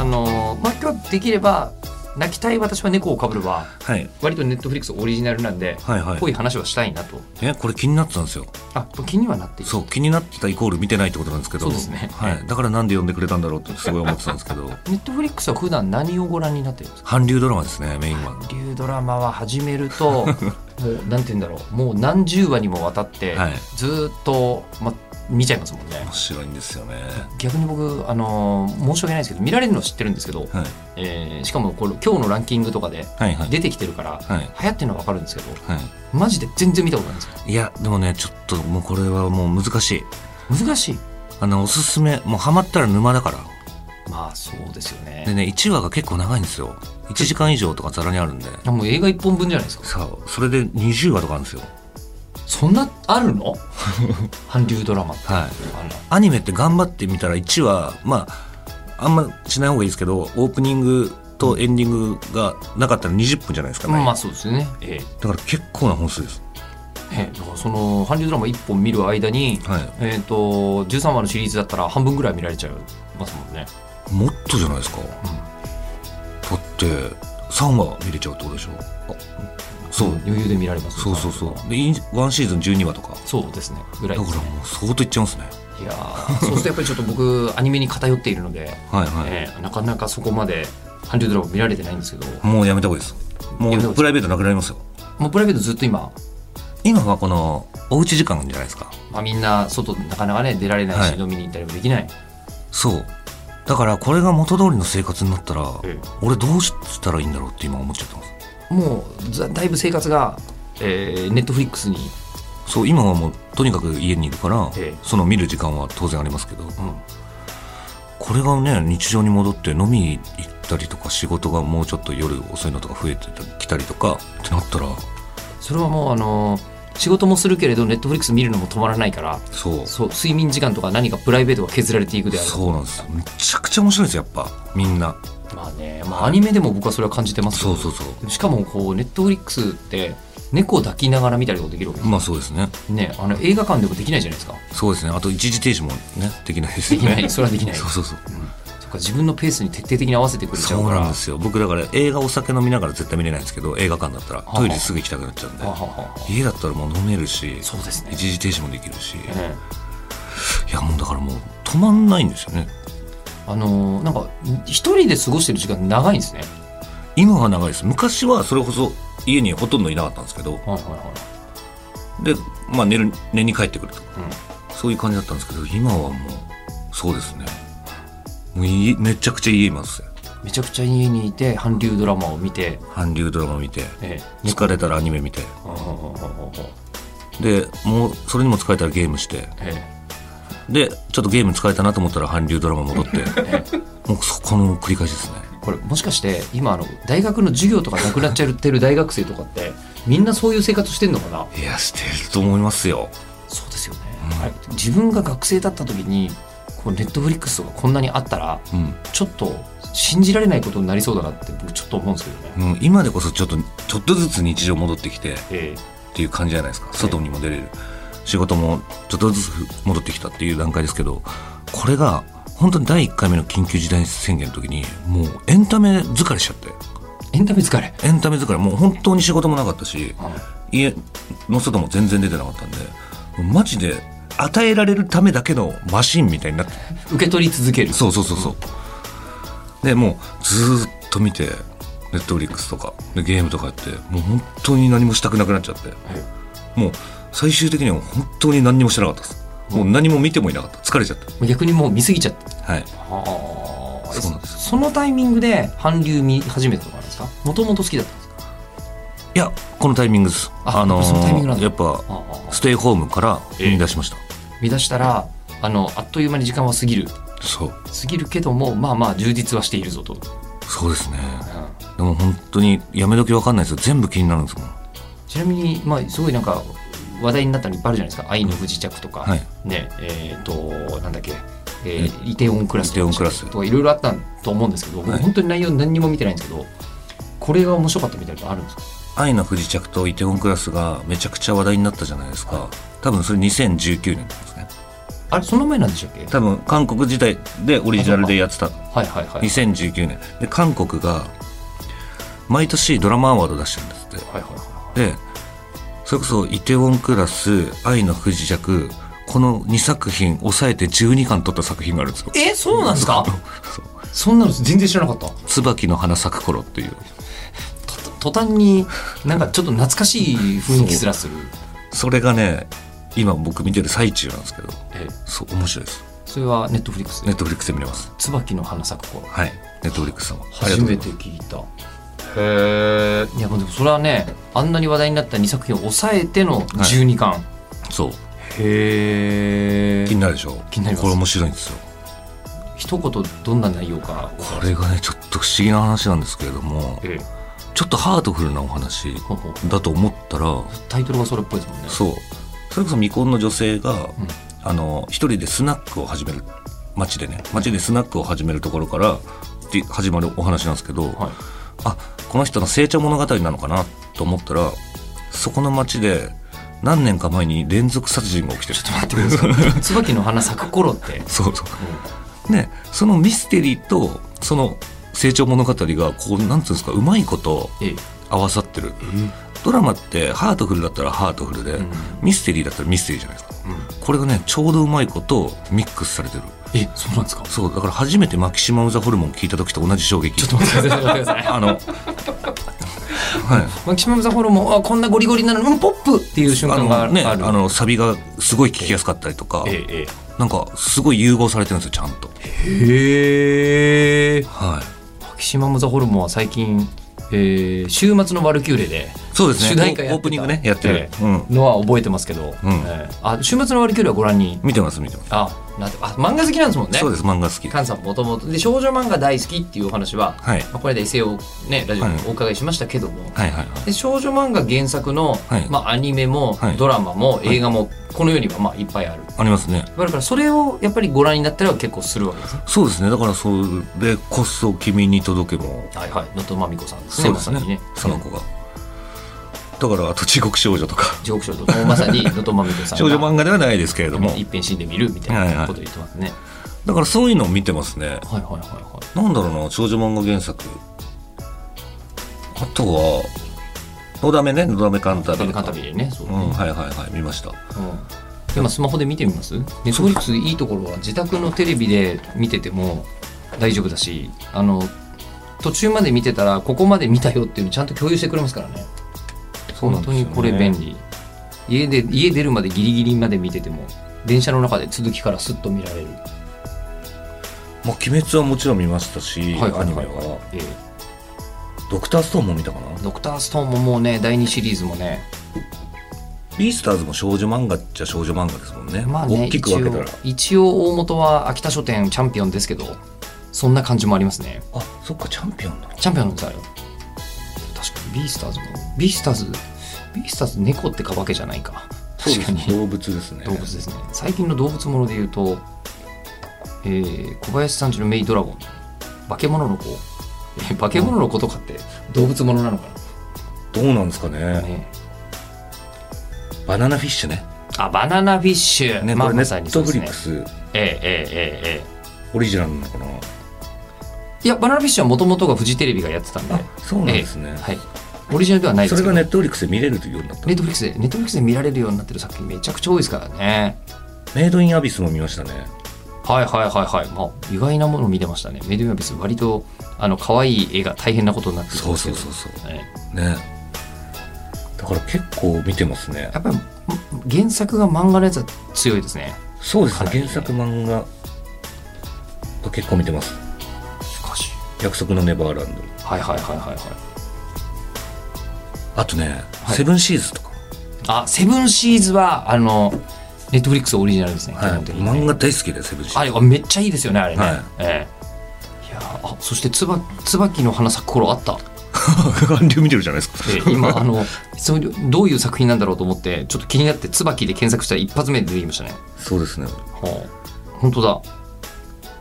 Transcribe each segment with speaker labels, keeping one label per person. Speaker 1: あのーまあ、今日できれば泣きたい私は猫をかぶるは
Speaker 2: はい
Speaker 1: 割とネットフリックスオリジナルなんで、
Speaker 2: はいはい
Speaker 1: こういう話はしたいなと
Speaker 2: えこれ気になってたんですよ
Speaker 1: あ気にはなっている
Speaker 2: そう気になってたイコール見てないってことなんですけど
Speaker 1: そうですね
Speaker 2: はい、だからなんで呼んでくれたんだろうってすごい思ってたんです けど
Speaker 1: ネットフリックスは普段何をご覧になってるんですか
Speaker 2: 韓流ドラマですねメインは
Speaker 1: っていうドラマは始める ともうなんて言うんだろうもう何十話にもわたって、
Speaker 2: はい
Speaker 1: ずーっと、ま、見ちゃいますもんね
Speaker 2: 面白いんですよね
Speaker 1: 逆に僕、あのー申し訳ないですけど見られるの知ってるんですけど、
Speaker 2: はい
Speaker 1: えーしかもこれ今日のランキングとかで
Speaker 2: はいはい
Speaker 1: 出てきてるから、
Speaker 2: はい
Speaker 1: 流行ってるのはわかるんですけど
Speaker 2: は
Speaker 1: マジで全然見たことないんですよ
Speaker 2: いいやでもねちょっともうこれはもう難しい
Speaker 1: 難しい
Speaker 2: あのおすすめもうハマったら沼だから
Speaker 1: まあそうですよ
Speaker 2: で
Speaker 1: ね
Speaker 2: ね1話が結構長いんですよ1時間以上とかざらにあるんで
Speaker 1: もう映画一本分じゃないですか
Speaker 2: さあそれで20話とかあるんですよ
Speaker 1: そんなある の韓流ドラマって
Speaker 2: はい
Speaker 1: あんな
Speaker 2: アニメって頑張ってみたら1話まああんましない方がいいですけどオープニングとエンディングがなかったら20分じゃないですかね、
Speaker 1: まあそうですねええ
Speaker 2: だから結構な本数です
Speaker 1: ええだからその韓流ドラマ一本見る間に、
Speaker 2: はい
Speaker 1: えっ、と13話のシリーズだったら半分ぐらい見られちゃいますもんね
Speaker 2: もっとじゃないですか、だって3話見れちゃうってことでしょあそう、
Speaker 1: 余裕で見られます
Speaker 2: そうそうそうでい1シーズン12話とか
Speaker 1: そうですねぐら
Speaker 2: だ
Speaker 1: い
Speaker 2: か
Speaker 1: です
Speaker 2: ら
Speaker 1: ね
Speaker 2: もう相当いっちゃいますね
Speaker 1: いやーそうするとやっぱりちょっと僕 アニメに偏っているので、
Speaker 2: はいはい、
Speaker 1: ええなかなかそこまで韓流ドラマ見られてないんですけど
Speaker 2: もうやめた方がいいですも
Speaker 1: やめた方がいいう
Speaker 2: プライベートなくなりますよ
Speaker 1: もうプライベートずっと今、
Speaker 2: 今はこのおうち時間じゃないですか
Speaker 1: まあ、みんな外なかなかね出られないし、
Speaker 2: はい
Speaker 1: 飲みに行ったりもできない
Speaker 2: そうだからこれが元通りの生活になったら、
Speaker 1: え
Speaker 2: 俺どうしたらいいんだろうって今思っちゃってます
Speaker 1: もうざだいぶ生活が、えー、ネットフリックスに、
Speaker 2: そう今はもうとにかく家にいるから、
Speaker 1: ええ
Speaker 2: その見る時間は当然ありますけど
Speaker 1: うん、
Speaker 2: これがね日常に戻って飲みに行ったりとか仕事がもうちょっと夜遅いのとか増えてきたりとかってなったら
Speaker 1: それはもうあのー仕事もするけれどネットフリックス見るのも止まらないから
Speaker 2: そう
Speaker 1: そう睡眠時間とか何かプライベートが削られていくである
Speaker 2: そうなんですよめちゃくちゃ面白いですよやっぱみんな
Speaker 1: まあね、まあ、アニメでも僕はそれは感じてます
Speaker 2: そうそうそう
Speaker 1: しかもこうネットフリックスって猫を抱きながら見たりもできるわけです
Speaker 2: まあそうですね
Speaker 1: ねあの映画館でもできないじゃないですか
Speaker 2: そうですねあと一時停止もねできないです
Speaker 1: で
Speaker 2: よ
Speaker 1: き
Speaker 2: ね
Speaker 1: ないそれはできない
Speaker 2: そうそうそう
Speaker 1: そっか自分のペースに徹底的に合わせてくれちゃ
Speaker 2: そうう
Speaker 1: か
Speaker 2: なん
Speaker 1: ら
Speaker 2: ですよ僕だから映画お酒飲みながら絶対見れないんですけど映画館だったら
Speaker 1: あ
Speaker 2: トイレすぐ行きたくなっちゃうんで
Speaker 1: はあはあはあ
Speaker 2: 家だったらもう飲めるし
Speaker 1: そうですね、
Speaker 2: 一時停止もできるしい
Speaker 1: ええ
Speaker 2: やもうだからもう止まんないんですよね
Speaker 1: あのーなんか一人で過ごしてる時間長いんですね
Speaker 2: 今は長いです昔はそれこそ家にほとんどいなかったんですけど
Speaker 1: はいはいは
Speaker 2: でまあ寝る寝に帰ってくると
Speaker 1: い、うん
Speaker 2: そういう感じだったんですけど今はもうそうですねもういめちゃくちゃ家いますよ
Speaker 1: めちゃくちゃ家にいて韓流ドラマを見て、
Speaker 2: 韓流ドラマ見て
Speaker 1: ええ
Speaker 2: 疲れたらアニメ見て
Speaker 1: ああああああ
Speaker 2: でもうそれにも疲れたらゲームして
Speaker 1: え
Speaker 2: でちょっとゲーム疲れたなと思ったら韓流ドラマ戻 って
Speaker 1: ええ
Speaker 2: もうそこの繰り返しですね
Speaker 1: えこれもしかして今あの大学の授業とかなくなっちゃってる大学生とかってみんなそういう生活してんのかない
Speaker 2: やしてると思いますよ
Speaker 1: そうですよね、はい自分が学生だった時にこうネットフリックスとかこんなにあったら
Speaker 2: うん、
Speaker 1: ちょっと信じられないことになりそうだなって僕ちょっと思うんですけどね、
Speaker 2: うん、今でこそちょっとちょっとずつ日常戻ってきてっ
Speaker 1: え
Speaker 2: ていう感じじゃないですか外にも出れる仕事もちょっとずつ戻ってきたっていう段階ですけどこれが本当に第1回目の緊急事態宣言の時にもうエンタメ疲れしちゃって
Speaker 1: えエンタメ疲れ、
Speaker 2: エンタメ疲れもう本当に仕事もなかったし家の外も全然出てなかったんでもうマジで与えられるためだけのマシンみたいになって
Speaker 1: 受け取り続ける
Speaker 2: そうそうそうそうでもうずーっと見てネットフリックスとかでゲームとかやってもう本当に何もしたくなくなっちゃって
Speaker 1: え
Speaker 2: もう最終的には本当に何にもしてなかったですもう何も見てもいなかった疲れちゃっ
Speaker 1: え逆にもう見過ぎちゃって
Speaker 2: たはいそうなんです
Speaker 1: そのタイミングで韓流見始めたとかなんですかもともと好きだったんですか
Speaker 2: いやこのタイミングです
Speaker 1: あ
Speaker 2: の
Speaker 1: そのタイミングなんだ
Speaker 2: やっぱステイホームから見出しました、
Speaker 1: 見出したらあのあっという間に時間は過ぎる
Speaker 2: そう
Speaker 1: すぎるけどもまあまあ充実はしているぞと、
Speaker 2: そうですねでも本当にやめ時わかんないですよ全部気になるんですもん
Speaker 1: ちなみにまあすごいなんか話題になったのいっぱいあるじゃないですか「愛の不時着」とか、
Speaker 2: はい
Speaker 1: ねえっ、となんだっけえー、イテオンクラス
Speaker 2: イテウォンクラス
Speaker 1: とかいろいろあったと思うんですけど、僕
Speaker 2: はい
Speaker 1: 本当に内容何にも見てないんですけどこれが面白かったみたいなのあるんですか
Speaker 2: 愛の不時着とイテウォンクラスがめちゃくちゃ話題になったじゃないですか、多分それ2019年なんですね
Speaker 1: あれその前なんでしたっけ
Speaker 2: 多分韓国時代でオリジナルでやってた
Speaker 1: はいはいはい
Speaker 2: 2019年で韓国が毎年ドラマアワード出してるんですっ
Speaker 1: は
Speaker 2: て
Speaker 1: いは
Speaker 2: でそれこそ「イテウォンクラス」「愛の不時着」この2作品抑えて12巻取った作品があるんですよ
Speaker 1: いえそうなんですか
Speaker 2: そう
Speaker 1: そんなの全然知らなかった
Speaker 2: 「椿の花咲く頃」っていう
Speaker 1: と途端になんかちょっと懐かしい雰囲気すらする
Speaker 2: それがね今僕見てる最中なんですけど
Speaker 1: え
Speaker 2: そう面白いです
Speaker 1: それはネットフリックス
Speaker 2: ネ
Speaker 1: で
Speaker 2: ットフリックスで見れます
Speaker 1: 「椿の花咲く頃
Speaker 2: はいネットフリックスさんは」ありが
Speaker 1: 初
Speaker 2: とうござ
Speaker 1: め
Speaker 2: います
Speaker 1: て聞いたへえいやもうでもそれはねあんなに話題になった2作品を抑えての12巻、
Speaker 2: そう
Speaker 1: へ
Speaker 2: 気になるでしょ
Speaker 1: 気になります
Speaker 2: これ面白いんですよ
Speaker 1: 一言どんな内容か
Speaker 2: これがねちょっと不思議な話なんですけれども
Speaker 1: ええ
Speaker 2: ちょっとハートフルなお話
Speaker 1: ほうほう
Speaker 2: だと思ったら
Speaker 1: タイトルがそれっぽいですもんね
Speaker 2: そうそれこそ未婚の女性が、あの一人でスナックを始める街でね街でスナックを始めるところからって始まるお話なんですけど、
Speaker 1: はい
Speaker 2: あこの人の成長物語なのかなと思ったらそこの街で何年か前に連続殺人が起きてる
Speaker 1: ちょっと待ってくだ さい椿の花咲く頃って、
Speaker 2: そうそうねそのミステリーとその成長物語がこうなんていうんですかうまいこと
Speaker 1: ええ
Speaker 2: 合わさってる、ドラマってハートフルだったらハートフルで、
Speaker 1: ん
Speaker 2: ミステリーだったらミステリーじゃないですかこれがねちょうどうまいことミックスされてる
Speaker 1: えそうなんですか
Speaker 2: そうだから初めてマキシマム・ザ・ホルモン聞いた時と同じ衝撃
Speaker 1: ちょっと待ってください待ってください
Speaker 2: あのはい
Speaker 1: マキシマム・ザ・ホルモンあこんなゴリゴリなのうんポップっていう瞬間があ
Speaker 2: あの
Speaker 1: る
Speaker 2: ね
Speaker 1: あ
Speaker 2: あ
Speaker 1: る
Speaker 2: のサビがすごい聞きやすかったりとか、
Speaker 1: ええ
Speaker 2: なんかすごい融合されてるんですよちゃんと
Speaker 1: へえ
Speaker 2: はい
Speaker 1: マキシマム・ザ・ホルモンは最近、えー週末のワルキューレで
Speaker 2: そうですね
Speaker 1: 主題歌やってた
Speaker 2: オープニングねやってる
Speaker 1: え、え
Speaker 2: うん
Speaker 1: のは覚えてますけど、
Speaker 2: うん
Speaker 1: えーあ週末のワルキューレはご覧に
Speaker 2: 見てます見てます、
Speaker 1: あなんてあ漫画好きなんですもんね
Speaker 2: そうです漫画好き
Speaker 1: 菅さんもともとで少女漫画大好きっていうお話は、
Speaker 2: はい
Speaker 1: まあ、これでエセをねラジオにお伺いしましたけども、
Speaker 2: はいはいはい
Speaker 1: で少女漫画原作の、
Speaker 2: はい
Speaker 1: まあ、アニメも、
Speaker 2: はい
Speaker 1: ドラマも映画もこの世にはまあいっぱいある、
Speaker 2: ありますね
Speaker 1: だからそれをやっぱりご覧になったりは結構するわけですね
Speaker 2: そうですねだからそれこそ君に届けも
Speaker 1: はいはい能登まみこさんですね
Speaker 2: そうです
Speaker 1: ま
Speaker 2: ね
Speaker 1: さにね
Speaker 2: その子がだからあと地獄少女とか
Speaker 1: 地獄少女もまさ に能登まみこさん
Speaker 2: 少
Speaker 1: が
Speaker 2: 女漫画ではないですけれども
Speaker 1: 一遍死んでみるみたいなこと言ってますね、
Speaker 2: だからそういうのを見てますね
Speaker 1: はいはいはいはい。
Speaker 2: なんだろうな少女漫画原作あとは「のだめ」ね「のだめカンタ
Speaker 1: カ
Speaker 2: ビレ」
Speaker 1: ンタビレね。そう
Speaker 2: う
Speaker 1: ね。
Speaker 2: んはいはいはい見ました
Speaker 1: うんでもスマホで見てみますネットフリックスいいところは自宅のテレビで見てても大丈夫だし、あの、途中まで見てたら、ここまで見たよっていうのちゃんと共有してくれますからね。
Speaker 2: そうな
Speaker 1: 本
Speaker 2: ん
Speaker 1: 当
Speaker 2: です
Speaker 1: に
Speaker 2: よね
Speaker 1: これ便利。家で、家出るまでギリギリまで見てても、電車の中で続きからスッと見られる。
Speaker 2: まあ、鬼滅はもちろん見ましたし、アニメは
Speaker 1: ええ
Speaker 2: 「ドクターストーン」も見たかな
Speaker 1: ドクターストーンももうね、第2シリーズもね、
Speaker 2: 「ビースターズ」も少女漫画っちゃ少女漫画ですもんね,、
Speaker 1: まあね、
Speaker 2: 大きく分けたら
Speaker 1: 一応一応大元は秋田書店チャンピオンですけどそんな感じもありますね
Speaker 2: あそっかチャンピオンだ
Speaker 1: チャンピオンの歌ある確かにビースターズもビースターズビースターズ猫ってかわけじゃないか確かに
Speaker 2: 動物ですね
Speaker 1: 動物ですね最近の動物もので言うと、えー小林さんちのメイドラゴン化け物の子え化け物の子とかって動物ものなのか
Speaker 2: どうなんですかね
Speaker 1: な、ね
Speaker 2: バナナフィッシュね
Speaker 1: あバナナフィッシュ、
Speaker 2: ね
Speaker 1: ま
Speaker 2: こ
Speaker 1: あ
Speaker 2: れネ
Speaker 1: まさに
Speaker 2: ッ
Speaker 1: そ
Speaker 2: ト
Speaker 1: うで
Speaker 2: フ
Speaker 1: す
Speaker 2: リ
Speaker 1: ね
Speaker 2: ックス
Speaker 1: えええええええ
Speaker 2: オリジナルなのかな
Speaker 1: えいやバナナフィッシュはもともとがフジテレビがやってたんで
Speaker 2: あそうなんですね、
Speaker 1: はい。オリジナルではないで
Speaker 2: そ
Speaker 1: す
Speaker 2: れ
Speaker 1: けど。
Speaker 2: がネットフリックスで見れるようになった
Speaker 1: ネットフリックスで、ネットフリックスで見られるようになってる作品めちゃくちゃ多いですからね。
Speaker 2: メイドインアビスも見ましたね
Speaker 1: はいはいはいはい。まあ、意外なものを見てましたね。メイドインアビス、割と、あの、可愛い絵が大変なことになってるん
Speaker 2: そう
Speaker 1: ですけ
Speaker 2: そう
Speaker 1: ど。
Speaker 2: そうそう
Speaker 1: ね
Speaker 2: ねだから結構見てますね
Speaker 1: やっぱり、原作が漫画のやつは強いですね。
Speaker 2: そうです
Speaker 1: か
Speaker 2: ね
Speaker 1: なりね
Speaker 2: 原作漫画が結構見てます
Speaker 1: しかし。
Speaker 2: 約束のネバーランド
Speaker 1: はいはいはいはいはい。
Speaker 2: あとね、
Speaker 1: はい
Speaker 2: セブンシーズとか
Speaker 1: あ、セブンシーズは、あの、ネットフリックスオリジナルですね、
Speaker 2: はい
Speaker 1: 基本的にね
Speaker 2: 漫画大好きでセブンシー
Speaker 1: あれめっちゃいいですよねあれね、
Speaker 2: はい
Speaker 1: ええいやーあそしてつば椿の花咲く頃あった
Speaker 2: 韓流見てるじゃないですか
Speaker 1: で今 あの そういうどういう作品なんだろうと思ってちょっと気になって椿で検索したら一発目で出てきましたね、
Speaker 2: そうですね
Speaker 1: はあ、本当だ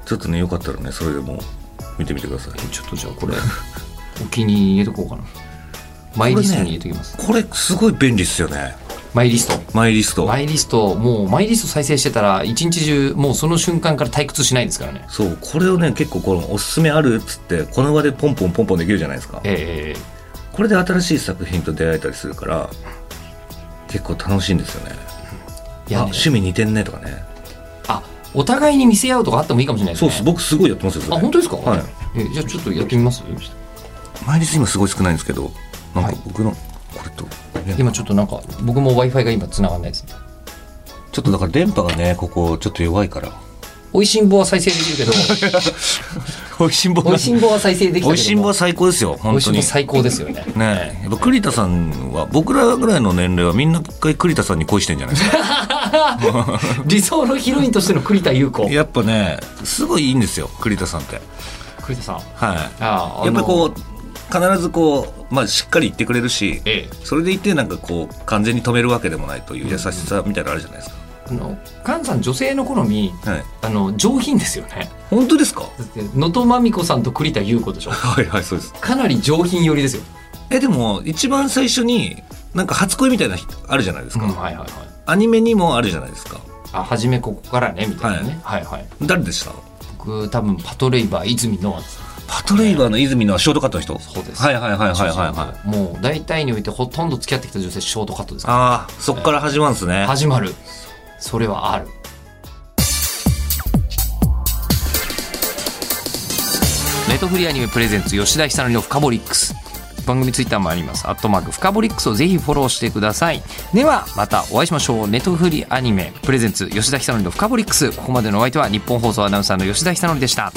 Speaker 2: ちょっとねよかったらねそれでも見てみてください
Speaker 1: ちょっとじゃあこれ お気に入れとこうかなマイリストに入れときます、
Speaker 2: これすごい便利っすよね
Speaker 1: マイリスト
Speaker 2: マイリスト
Speaker 1: マイリストもうマイリスト再生してたら一日中もうその瞬間から退屈しないですからね
Speaker 2: そうこれをね結構このおすすめあるっつってこの場でポンポンポンポンできるじゃないですか
Speaker 1: ええ
Speaker 2: これで新しい作品と出会えたりするから結構楽しいんですよね
Speaker 1: いや
Speaker 2: あ
Speaker 1: ね
Speaker 2: 趣味似てんねとかね
Speaker 1: あお互いに見せ合うとかあってもいいかもしれないです
Speaker 2: そう
Speaker 1: ね
Speaker 2: っす僕すごいやってますよそれ
Speaker 1: あ本当ですか、
Speaker 2: はい
Speaker 1: えじゃあちょっとやってみます
Speaker 2: マイリスト今すごい少ないんですけどなん
Speaker 1: は
Speaker 2: か
Speaker 1: い
Speaker 2: 僕のこれと、ね
Speaker 1: 今ちょっとなんか僕も w i f i が今繋がんないですね
Speaker 2: ちょっとだから電波がねここちょっと弱い から
Speaker 1: おいしんぼは再生できるけど
Speaker 2: おいしんぼ
Speaker 1: おいしんぼは再生できたけど
Speaker 2: おいしんぼは最高ですよ
Speaker 1: お
Speaker 2: 本
Speaker 1: いし
Speaker 2: 当
Speaker 1: んぼ
Speaker 2: に
Speaker 1: 最高ですよね
Speaker 2: ねえやっぱ栗田さんは僕らぐらいの年齢はみんな一回栗田さんに恋してんじゃないですか
Speaker 1: 理想のヒロインとしての栗田優子
Speaker 2: やっぱねすごいいいんですよ栗田さんって
Speaker 1: 栗田さん
Speaker 2: は
Speaker 1: あ
Speaker 2: いやっぱりこ
Speaker 1: う
Speaker 2: う必ずこう、まあ、しっかり言ってくれるし
Speaker 1: ええ
Speaker 2: それでいてなんかこう完全に止めるわけでもないという優しさみたいなのあるじゃないです
Speaker 1: あの菅さん女性の好み
Speaker 2: か、はい
Speaker 1: あの上品ですよね
Speaker 2: 本当ですか
Speaker 1: だって能登真美子さんと栗田優子でしょ
Speaker 2: はいはいそうです
Speaker 1: かなり上品寄りですよ、
Speaker 2: えでも一番最初になんか初恋みたいな人あるじゃないですか、
Speaker 1: はいはいはい
Speaker 2: アニメにもあるじゃないですか
Speaker 1: あ初めここからねみたいなね、はい、はい
Speaker 2: 誰でした
Speaker 1: 僕多分パトレイバー泉ノアです
Speaker 2: パトレイバーの泉のショートカットの人
Speaker 1: そうです
Speaker 2: はいはいはいはいはいはい
Speaker 1: もう大体においてほとんど付き合ってきた女性ショートカットですから
Speaker 2: ああそっから始まるんですね
Speaker 1: 始まるそれはあるネトフリアニメプレゼンツ吉田久典のフカボリックス番組ツイッターもありますアットマークフカボリックスをぜひフォローしてくださいではまたお会いしましょうネトフリアニメプレゼンツ吉田久典のフカボリックスここまでのお相手は日本放送アナウンサーの吉田久典でした